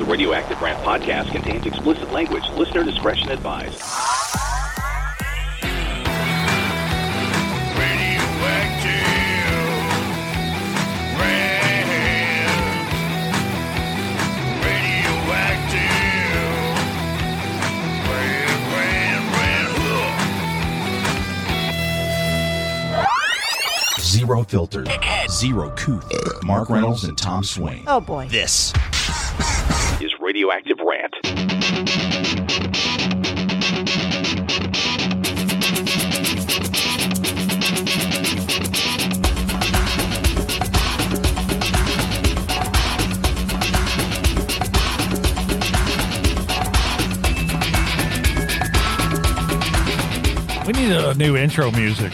Radioactive Rant podcast contains explicit language. Listener discretion advised. Zero Filter, Zero Couth, Mark Reynolds and Tom Swain. Oh boy. This Is Radioactive Rant. We need a new intro music.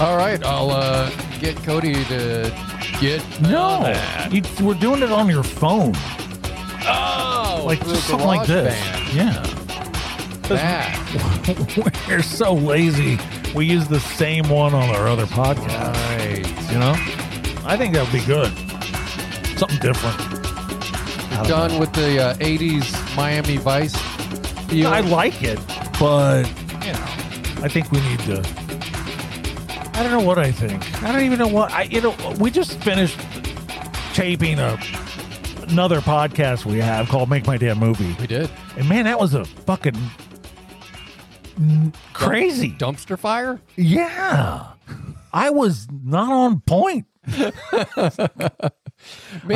All right, I'll uh, get Cody to get. on No, that. you, we're doing it on your phone, Oh, like through just something like this. GarageBand. That. Yeah, we're so lazy. We use the same one on our other podcast. Right. You know, I think that would be good. Something different. You're done with the uh, 80s Miami Vice. feel. I like it, but you know, I think we need to. I don't know what I think. I don't even know what I. You know, we just finished taping a another podcast we have called "Make My Damn Movie," we did. and man, that was a fucking n- crazy. Dumpster fire? Yeah. I was not on point. I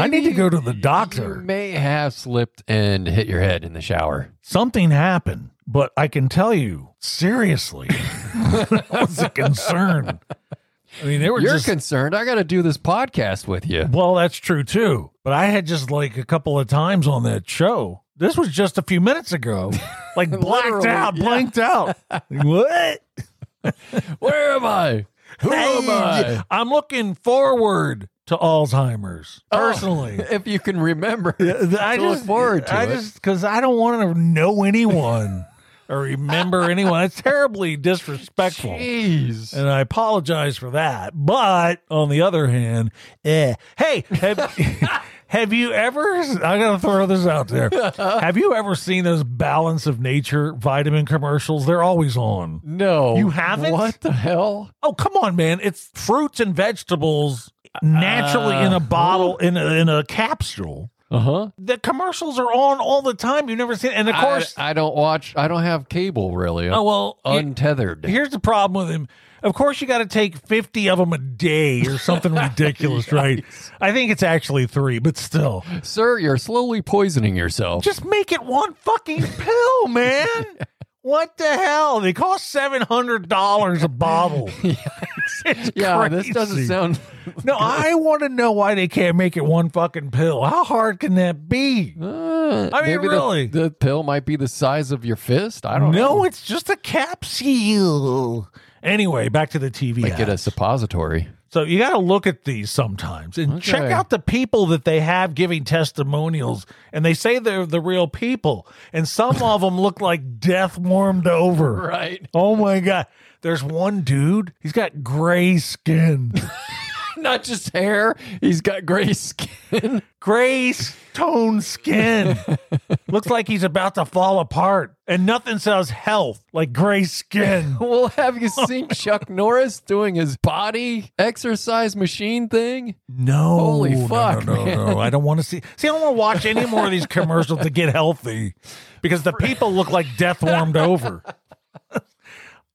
need to Maybe go to the You doctor. may have slipped and hit your head in the shower. Something happened, but I can tell you seriously, that was a concern. I mean, they were You're just. concerned. I got to do this podcast with you. well, that's true too. But I had just like a couple of times on that show. This was just a few minutes ago. Like blacked Literally, out, yeah. blanked out. Like, what? Where am I? Who am I? I'm looking forward to Alzheimer's Oh. personally. If you can remember. Yeah, I to look forward to I it. just because I don't want to know anyone or remember anyone. It's terribly disrespectful, Jeez. and I apologize for that. But on the other hand, eh, hey, have, have you ever? I gotta throw this out there. Have you ever seen those Balance of Nature vitamin commercials? They're always on. No. You haven't? What the hell? Oh come on, man! It's fruits and vegetables naturally in a bottle in a, in a capsule. Uh huh. the commercials are on all the time. You've never seen, and of course, I, I don't watch. I don't have cable really. I'm oh well. he- untethered. here's the problem with him. Of course, you got to take fifty of them a day or something ridiculous, right? I think it's actually three, but still, Sir, you're slowly poisoning yourself. just make it one fucking pill, man. What the hell? They cost seven hundred dollars a bottle. It's yeah, this doesn't crazy. sound. No, I want to know why they can't make it one fucking pill. How hard can that be? Uh, I mean, maybe the- really. the, pill might be the size of your fist. I don't no, know. it's just a capsule. Anyway, back to the TV. Like get a ads. suppository. so you got to look at these sometimes and check Okay. out the people that they have giving testimonials, and they say they're the real people, and some of them look like death warmed over. Right. Oh my god! There's one dude. He's got gray skin, Not just hair. He's got gray skin. gray toned skin. Looks like he's about to fall apart, and nothing says health like gray skin. well, have you seen Chuck Norris doing his body exercise machine thing? No. Holy no, fuck, No, no, man. no. I don't want to see. See, I don't want to watch any more of these commercials to get healthy because the people look like death warmed over.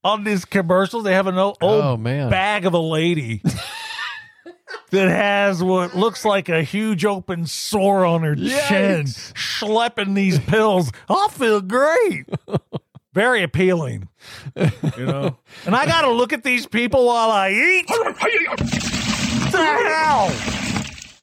On these commercials, they have an old, old Oh, man. bag of a lady that has what looks like a huge open sore on her chin, Yikes. schlepping these pills. I feel great. Very appealing, you know. And I got to look at these people while I eat the hell?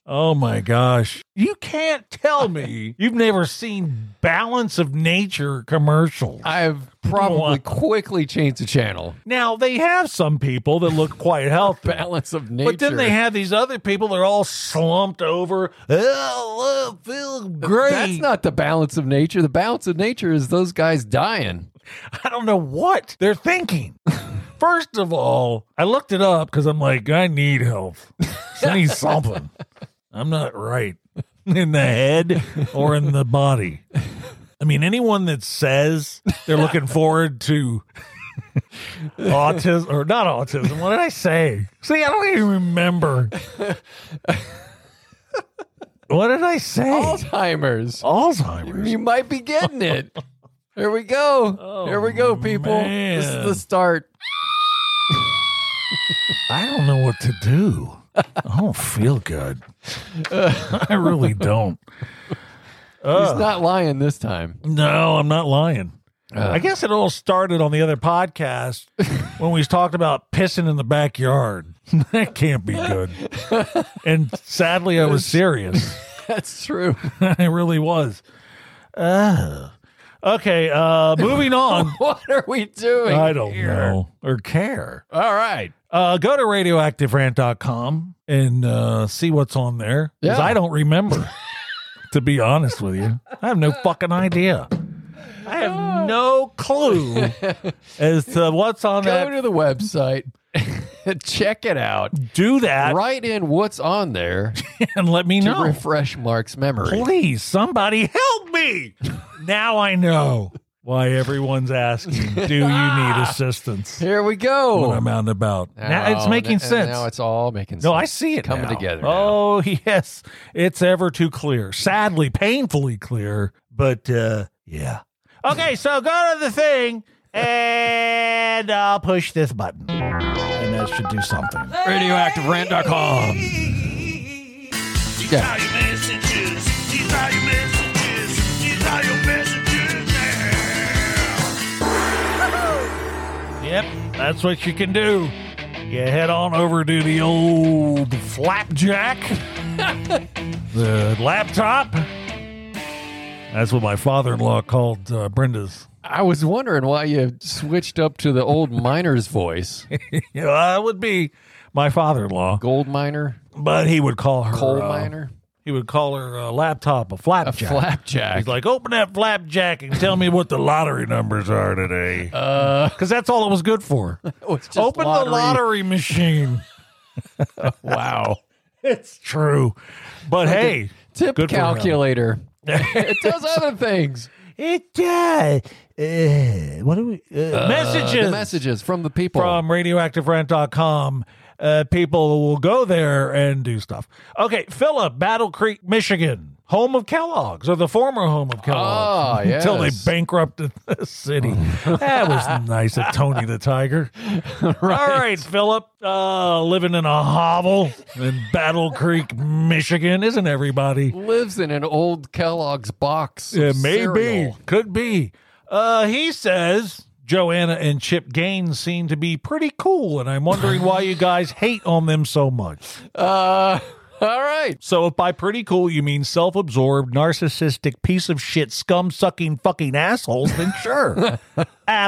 Oh my gosh. You can't tell me you've never seen Balance of Nature commercials. I've probably What? quickly changed the channel. Now, they have some people that look quite healthy. Balance of nature. But then they have these other people that are all slumped over. Oh, I feel great. That's not the balance of nature. The balance of nature is those guys dying. I don't know what they're thinking. First of all, I looked it up because I'm like, I need help. I need something. I'm not right. in the head or in the body. I mean, anyone that says they're looking forward to autism or not autism, what did I say? See, I don't even remember. What did I say? Alzheimer's. Oh, Alzheimer's. You might be getting it. Here we go. Oh, Here we go, people. This is man. the start. I don't know what to do. I don't feel good. I really don't. He's not lying this time. No, I'm not lying. I guess it all started on the other podcast when we talked about pissing in the backyard. that can't be good. and sadly, I was serious. That's true. I really was. Ugh. okay, uh, moving on. what are we doing? I don't here? know or care. All right. Uh, go to radioactiverant.com and uh, see what's on there. Because Yeah. I don't remember, to be honest with you. I have no fucking idea. I have no clue as to what's on Go that. to the website. Check it out. Do that Write in what's on there and let me to know. refresh Mark's memory. Please, somebody help me. now I know why everyone's asking, do you need assistance Here we when go. I'm out and about? now it's Oh, making n- sense. Now it's all making sense. No, I see it coming now. together now. Oh yes, it's ever too clear. Sadly, painfully clear. But uh, yeah. Okay, so go to the thing, and I'll push this button, and that should do something. RadioactiveRant.com. Yeah. Yep, that's what you can do. You head on over to the old flapjack, the laptop. That's what my father-in-law called uh, Brenda's. I was wondering why you switched up to the old miner's voice. You know, that would be my father-in-law. Gold miner, But he would call her coal uh, miner, He would call her uh, laptop a a flapjack. flapjack. He's like, open that flapjack and tell me what the lottery numbers are today, uh, because that's all it was good for. it was Oh, just Open the lottery machine. Wow. it's true, but hey, Tip Good for him. calculator. it does other things. it does. Uh, what do we? Uh, The messages. messages from the people. from radioactiverant.com. Uh, people will go there and do stuff. Okay, Philip, Battle Creek, Michigan, home of Kellogg's, or the former home of Kellogg's, Ah, until they yes. bankrupted the city. that was nice of Tony the Tiger. All right, Philip, uh, living in a hovel in Battle Creek, Michigan, isn't everybody? Lives in an old Kellogg's box. of Yeah, maybe. cereal. Could be. Uh, he says Joanna and Chip Gaines seem to be pretty cool, and I'm wondering why you guys hate on them so much. Uh, all right. So, if by pretty cool you mean self absorbed, narcissistic, piece of shit, scum sucking fucking assholes, then sure.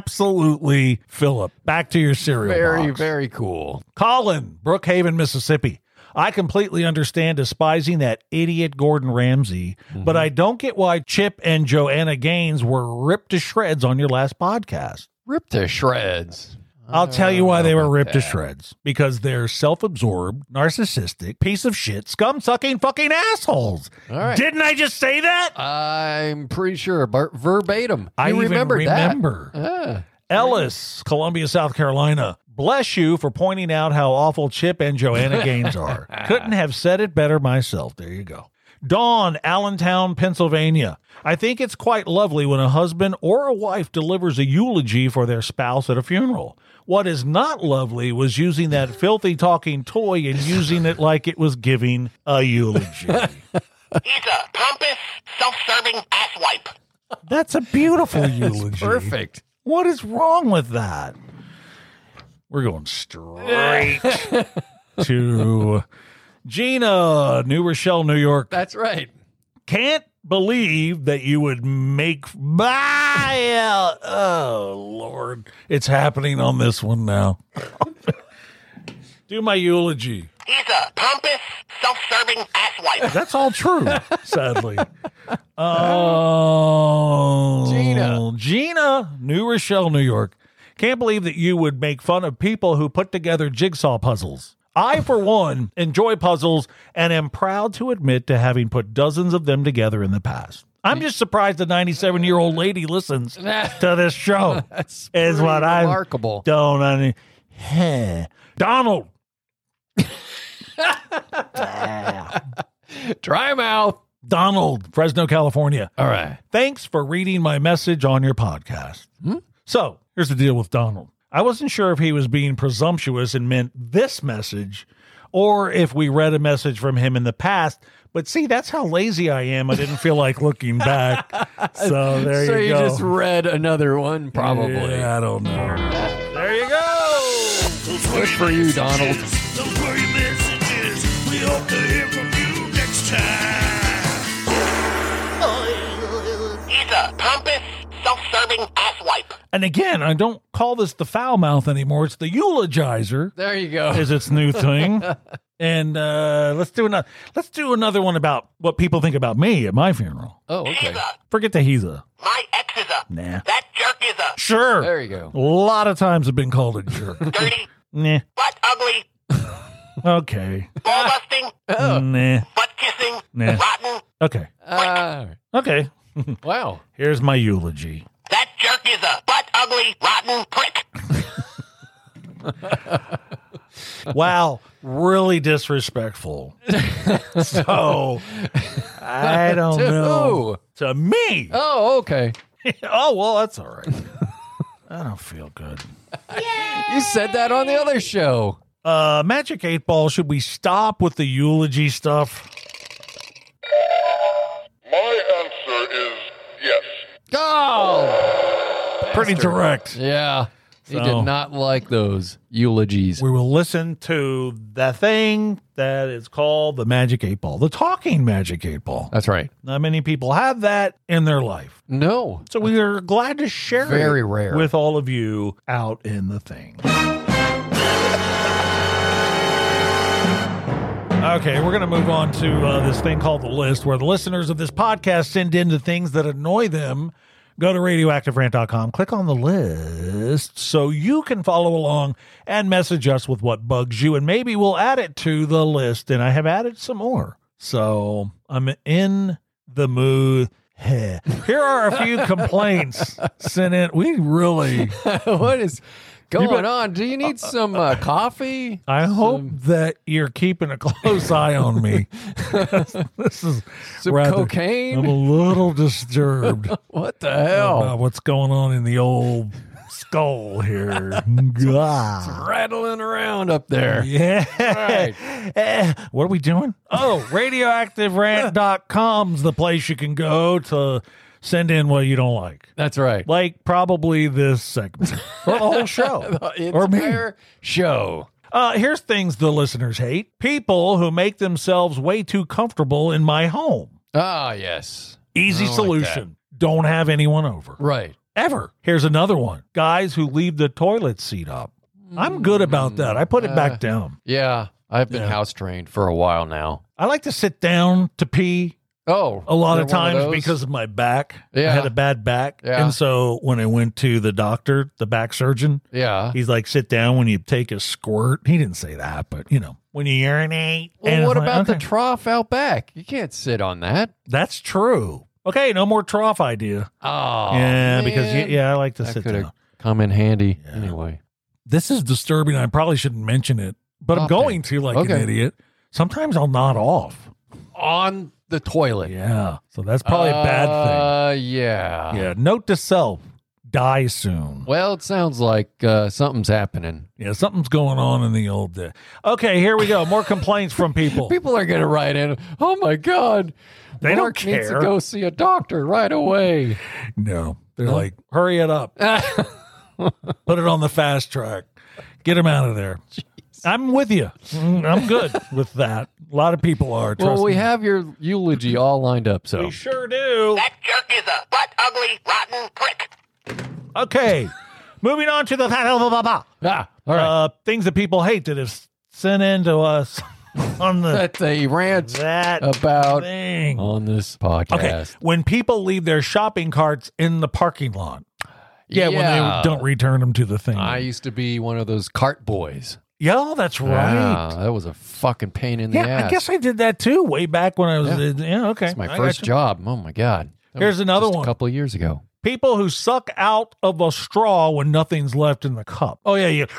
Absolutely, Philip. Back to your cereal. Very, box. very cool. Colin, Brookhaven, Mississippi. I completely understand despising that idiot Gordon Ramsay, but Mm-hmm. I don't get why Chip and Joanna Gaines were ripped to shreds on your last podcast. Ripped to shreds. I'll tell you why they were ripped to that. shreds because they're self absorbed, narcissistic, piece of shit, scum sucking fucking assholes. All right. Didn't I just say that? I'm pretty sure. Bar- verbatim. I you even remembered remember. that. Ah. Ellis, Columbia, South Carolina. Bless you for pointing out how awful Chip and Joanna Gaines are. Couldn't have said it better myself. There you go. Dawn, Allentown, Pennsylvania. I think it's quite lovely when a husband or a wife delivers a eulogy for their spouse at a funeral. What is not lovely was using that filthy talking toy and using it like it was giving a eulogy. He's a pompous, self-serving asswipe. That's a beautiful eulogy. Perfect. What is wrong with that? We're going straight to Gina, New Rochelle, New York. That's right. Can't believe that you would make my oh Lord, it's happening on this one now. Do my eulogy. He's a pompous, self-serving asswipe. That's all true, sadly. Oh, Gina. Gina, New Rochelle, New York. Can't believe that you would make fun of people who put together jigsaw puzzles. I, for one, enjoy puzzles and am proud to admit to having put dozens of them together in the past. I'm just surprised a 97 year old lady listens to this show. That's Is what pretty I remarkable. Don't any. Heh. Donald. Dry mouth. Donald, Fresno, California. All right. Thanks for reading my message on your podcast. Hmm? So here's the deal with Donald. I wasn't sure if he was being presumptuous and meant this message or if we read a message from him in the past. But see, that's how lazy I am. I didn't feel like looking back. So there so you you, go. just read another one, probably. Yeah, I don't know. There you go. Good for you, Donald. Those were your messages. We hope to hear from you next time. He's a pompous, self-serving asswipe. And again, I don't call this the foul mouth anymore. It's the eulogizer. There you go. is its new thing. and uh, let's do another. Let's do another one about what people think about me at my funeral. Oh, okay. He's a. Forget the he's a My ex is a. nah. That jerk is a. Sure, There you go. a lot of times I've been called a jerk. Dirty, nah. butt ugly, Okay. ball busting, Oh. Nah. butt kissing, Nah. rotten. Okay. Ah, Okay. wow. Here's my eulogy. That jerk is a butt ugly, rotten prick. Wow, really disrespectful. so I don't To know. who? To me. Oh, okay. oh well, that's all right. I don't feel good. You said that on the other show. Uh, Magic Eight Ball, should we stop with the eulogy stuff? My answer is yes. Oh, Pretty direct. yeah. He So- did not like those eulogies. We will listen to the thing that is called the Magic Eight Ball, the talking Magic Eight Ball. That's right. Not many people have that in their life. No. So we are glad to share Very it rare. with all of you out in the thing. Okay, we're going to move on to uh, this thing called the list, where the listeners of this podcast send in the things that annoy them. Go to radioactiverant.com, click on the list so you can follow along and message us with what bugs you, and maybe we'll add it to the list. And I have added some more. So I'm in the mood. Heh. Here are a few complaints sent in. We really, what is going on? Do you need some uh, coffee? I hope that you're keeping a close eye on me. this is Some rather- cocaine? I'm a little disturbed What the hell? about what's going on in the old skull here. God. Rattling around up there. Yeah. right. Eh, What are we doing? Oh, radioactiverant.com's the place you can go to send in what you don't like. That's right. Like probably this segment or the whole show. The or me. entire show. Uh, here's things the listeners hate people who make themselves way too comfortable in my home. Ah, yes. Easy I don't like that. solution. Don't have anyone over. Right. Ever. Here's another one guys who leave the toilet seat up. I'm good about Mm. that. I put it Uh. back down. Yeah. I've been house trained for a while now. I like to sit down to pee Oh, a lot you're of one times those? because of my back. I Yeah. had a bad back. Yeah. And so when I went to the doctor, the back surgeon, yeah. he's like, sit down when you take a squirt. He didn't say that, but you know, when you urinate. And Well, it's what like, about the okay, trough out back? You can't sit on that. That's true. Okay, no more trough idea. Oh, yeah, because y- man. yeah, I like to that sit could down. have come in handy Yeah. anyway. This is disturbing. I probably shouldn't mention it, but I'm Stop going it. to like an Okay. idiot. Sometimes I'll nod off. On the toilet. Yeah. So that's probably a bad Uh, yeah. thing. Yeah. Note to self die soon. Well, it sounds like uh, something's happening. Yeah, something's going on in the old day. Okay, here we go. More complaints from people. People are going to write in. Oh my God! They don't Mark needs to care." go see a doctor right away. No, they're like, hurry it up, put it on the fast track, get them out of there. I'm with you. Mm, I'm good with that. A lot of people are. Trust well, we me. have your eulogy all lined up. So we sure do. That jerk is a butt ugly, rotten prick. Okay, moving on to the ah, all right. uh, things that people hate that have sent in to us on the that they rant that about thing. on this Okay. podcast. When people leave their shopping carts in the parking lot. Yeah, when they don't return them to the thing. I used to be one of those cart boys. Yeah, that's right. Wow, that was a fucking pain in the yeah, ass. I guess I did that too way back when I was. Yeah. Yeah, yeah okay. It's my I first gotcha. job. Oh my god. That Here's was another just one. A couple of years ago. People who suck out of a straw when nothing's left in the cup. Oh yeah, you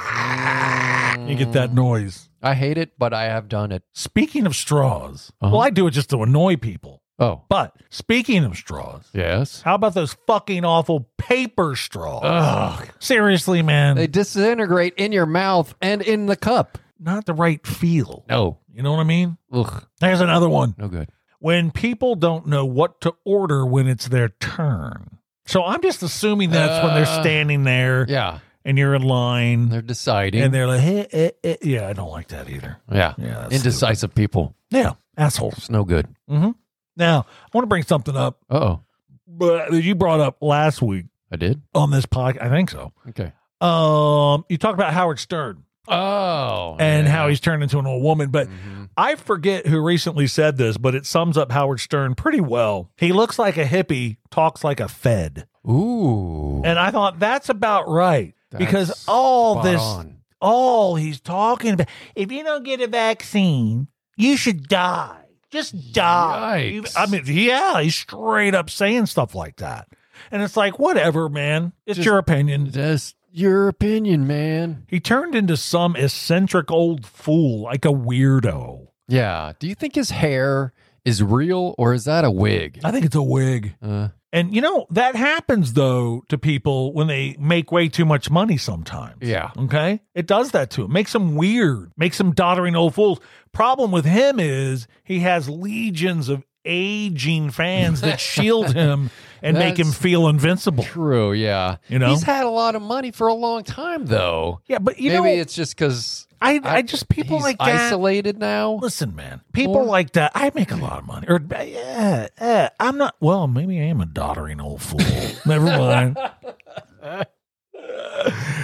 you get Mm. that noise. I hate it, but I have done it. Speaking of straws, Uh-huh. well, I do it just to annoy people. Oh, But speaking of straws, yes. how about those fucking awful paper straws? Ugh. Seriously, man, They disintegrate in your mouth and in the cup. not the right feel. No. You know what I mean? Ugh. There's another one. No good. When people don't know what to order when it's their turn. So I'm just assuming that's when Uh, they're standing there Yeah. and you're in line They're deciding. and they're like, hey, eh, eh." yeah, I don't like that either. yeah. Yeah, that's Indecisive people. Yeah, assholes. It's no good. hmm Now, I want to bring something up Uh oh. but that you brought up last week I did? on this podcast. I think so. Okay. Um, you talked about Howard Stern Oh. and yeah. how he's turned into an old woman, but Mhm. I forget who recently said this, but it sums up Howard Stern pretty well. He looks like a hippie, talks like a Fed. Ooh. And I thought that's about right because all Spot this, on. all he's talking about, if you don't get a vaccine, you should die. Just die. You- Yikes. I mean, yeah, he's straight up saying stuff like that. And it's like, whatever, man. It's Just- your opinion. That's your opinion, man. He turned into some eccentric old fool, like a weirdo. Yeah. Do you think his hair is real or is that a wig? I think it's a wig. Uh, And you know, that happens though to people when they make way too much money sometimes. yeah. Okay. It does that to him. Makes them weird, makes them doddering old fools. Problem with him is he has legions of aging fans that shield him and make him That's- feel invincible. True. Yeah. You know? he's had a lot of money for a long time, though. Yeah, but you Maybe know, it's just because I, I just people he's like that. isolated now. Listen, man, people Or- like that. I make a lot of money. Or yeah, yeah, I'm not. Well, maybe I am a doddering old fool. Never mind.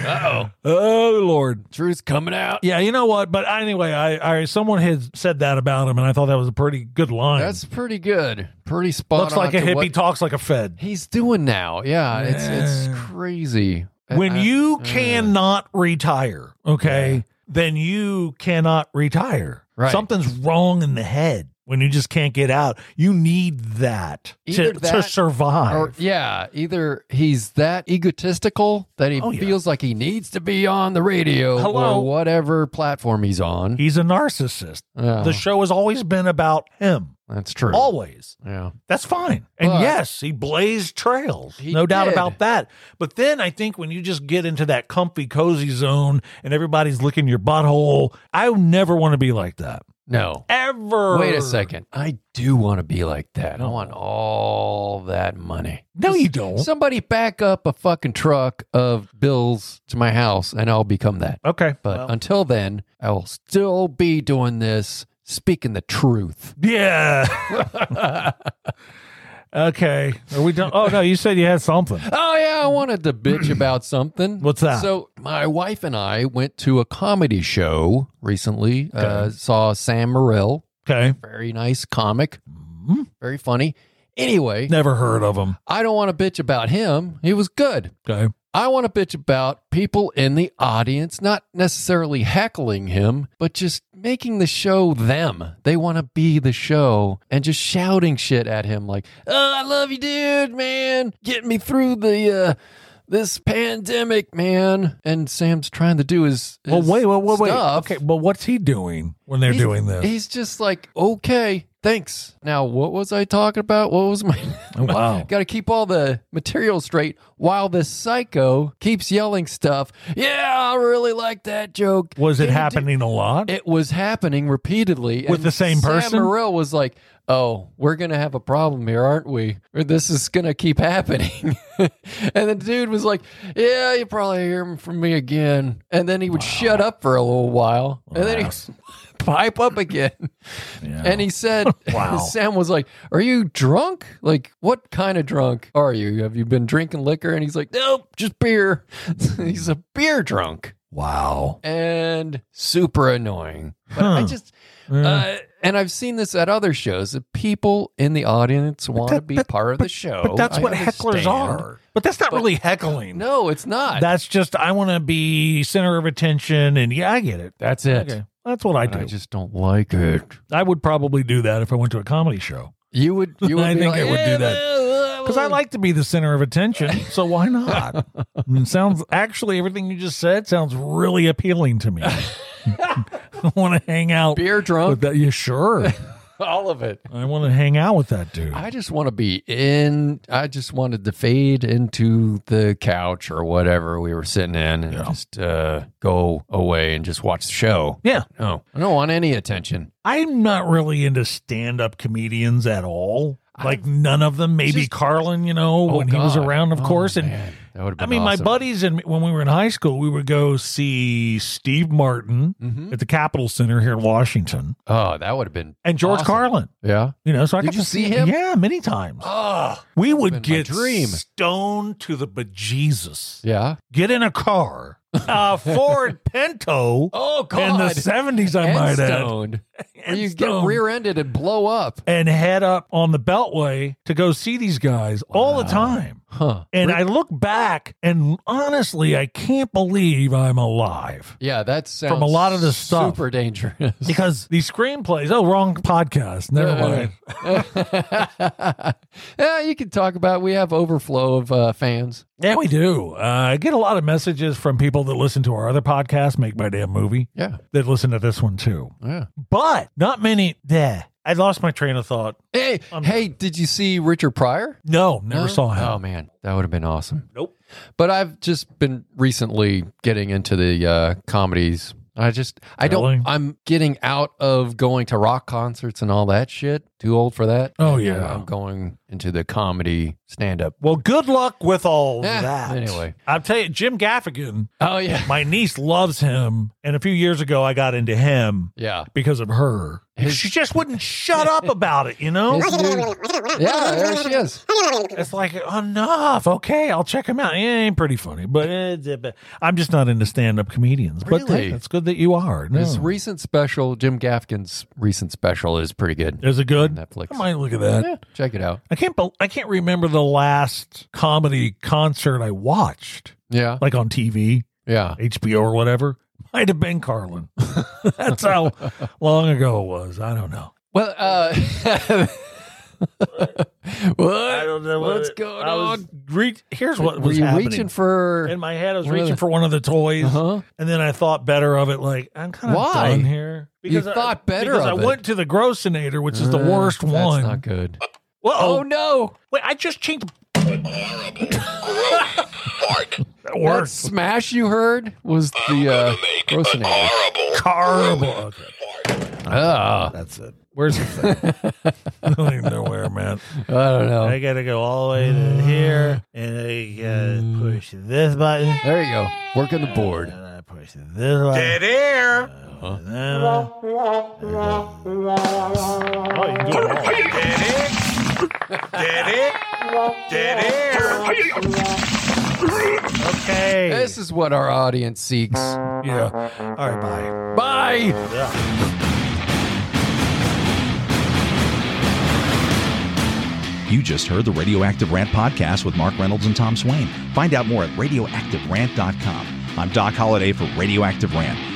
Uh Oh Lord. Drew's coming out. Yeah, you know what? But anyway, I, I someone had said that about him, and I thought that was a pretty good line. That's pretty good. Pretty spot. Looks on like a to hippie, what talks like a Fed. he's doing now. Yeah, it's it's Yeah. crazy. When I- you uh, cannot retire, okay, then you cannot retire. Right. Something's wrong in the head when you just can't get out. You need that, Either to, to that survive. or, yeah, either he's that egotistical that he Oh, yeah. feels like he needs to be on the radio Hello. or whatever platform he's on. He's a narcissist. Yeah, The show has always been about him. that's true. Always. yeah, That's fine. And But- yes, he blazed trails. He No doubt did. about that. But then I think when you just get into that comfy, cozy zone and everybody's licking your butthole, I would never want to be like that. no. Ever. Wait a second. I do want to be like that. I want all that money. No, you don't. Somebody back up a fucking truck of bills to my house and I'll become that. okay. But Well, until then, I will still be doing this, speaking the truth. yeah. okay. Are we done? Oh, no, you said you had something. Oh, yeah, I wanted to bitch about something. What's that? So, my wife and I went to a comedy show recently, uh, saw Sam Morrill, Okay. very nice comic, Mhm. very funny. Anyway, Never heard of him. I don't want to bitch about him. He was good. Okay. I want to bitch about people in the audience, not necessarily heckling him, but just making the show them. They want to be the show and just shouting shit at him like, "Oh, I love you, dude, man. Get me through the uh this pandemic, man." And Sam's trying to do his, his Well, wait, wait, wait, wait. stuff. Okay. But what's he doing when they're He's- doing this? He's just like, "Okay, thanks." Now, what was I talking about? What was my Oh, wow. Got to keep all the material straight while this psycho keeps yelling stuff. Yeah, I really like that joke. Was it Dude, happening a lot? It was happening repeatedly With the same Sam person? Morril was like, "Oh, we're gonna have a problem here, aren't we? Or this is gonna keep happening." and the dude was like, "Yeah, you probably hear from me again." And then he would shut up for a little while, and then he would pipe up again. Yeah. And he said, Wow. Sam was like, Are you drunk? Like, what kind of drunk are you? Have you been drinking liquor? And he's like, Nope, just beer. he's a beer drunk Wow. and super annoying. But I Huh. just, Yeah. uh, and I've seen this at other shows. That people in the audience want to that- be but- part of but- the show. But that's I what hecklers understand. are. Oh, But that's not really heckling. No, it's not. That's just I want to be center of attention, and yeah, I get it. that's it. Okay, that's what I do. I I, just don't like it. would probably do that if I went to a comedy show You would. You would I be think like, I would do "Yeah, that." well, because I like to be the center of attention. So why not? And it sounds actually everything you just said sounds really appealing to me. I want to hang out beer with drunk, that. You sure? all of it. I want to hang out with that dude. I just want to be in. I just wanted to fade into the couch or whatever we were sitting in and just uh, go away and just watch the show. yeah, No, I don't want any Oh, attention. I'm not really into stand-up comedians at all. Like none of them. Maybe Just- Carlin, you know, Oh, when he was God. around, of Oh, course, and. man. that would have I been mean, my awesome. buddies and me- when we were in high school, we would go see Steve Martin Mhm. at the Capitol Center here in Washington, Oh, that would have been and George Awesome. Carlin. yeah. You know, so I Did got you to see him? Yeah, many times. Oh, we would been my get dream. stoned to the bejesus. yeah. Get in a car, a Ford Pinto Oh in the seventies, I and might add, stoned. Where and you stoned. get rear-ended and blow up. and head up on the Beltway to go see these guys all the Wow. time. Huh. And I look back, and honestly, I can't believe I'm alive. Yeah, that sounds a lot of this stuff. super dangerous. because these screenplays. Oh, wrong podcast. Never mind. yeah, you can talk about. We have overflow of uh, fans. Yeah, we do. Uh, I get a lot of messages from people that listen to our other podcast, Make My Damn Movie, Yeah, that listen to this one too. yeah. But not many. Yeah, I lost my train of thought. Hey, Um, hey, did you see Richard Pryor? No, never No? saw him. Oh man, that would have been awesome. Nope. But I've just been recently getting into the uh, comedies. I just, I Really? don't. I'm getting out of going to rock concerts and all that shit. Too old for that. Oh, yeah. I'm going into the comedy stand up. Well, good luck with all Eh, that. anyway. I'll tell you, Jim Gaffigan, Oh yeah, my niece loves him. And a few years ago, I got into him yeah. because of her. His- she just wouldn't shut up about it, you know? His new- yeah, there she is. It's like enough. Okay, I'll check him out. Yeah, ain't pretty funny, but it's- uh, but I'm just not into stand-up comedians. But hey, Really? it's good that you are. No. His recent special, Jim Gaffigan's recent special, is pretty good. Is it good? Netflix. I might look at that. Yeah, check it out. I can't. Bel I can't remember the last comedy concert I watched, Yeah, like on TV, yeah. HBO, or whatever. Might have been Carlin. That's how long ago it was. I don't know. Well, uh, what? don't know What's going I was on? Re- here's what Were was you happening. reaching for? in my head, I was What are reaching the- for one of the toys. Uh-huh. And then I thought better of it. Like I'm kind of Why? done here. You I- thought better because of I it. went to the Grossinator, which is the Uh, worst that's one. not good. Whoa! Oh, no! Wait, I just changed. Fart. That That worst smash you heard was the uh, Make an grossinator. horrible horrible. Okay, Ah, that's it. Where's the thing? I don't even know where, man. I don't know. I gotta go all the way to here, Uh. and I gotta push this button, There you go. Working the board. and I push this button. Dead air. Oh, you can do it all. Okay. This is what our audience seeks. yeah. All right, bye. Bye. You just heard the Radioactive Rant podcast with Mark Reynolds and Tom Swain. Find out more at radioactiverant.com. I'm Doc Holliday for Radioactive Rant.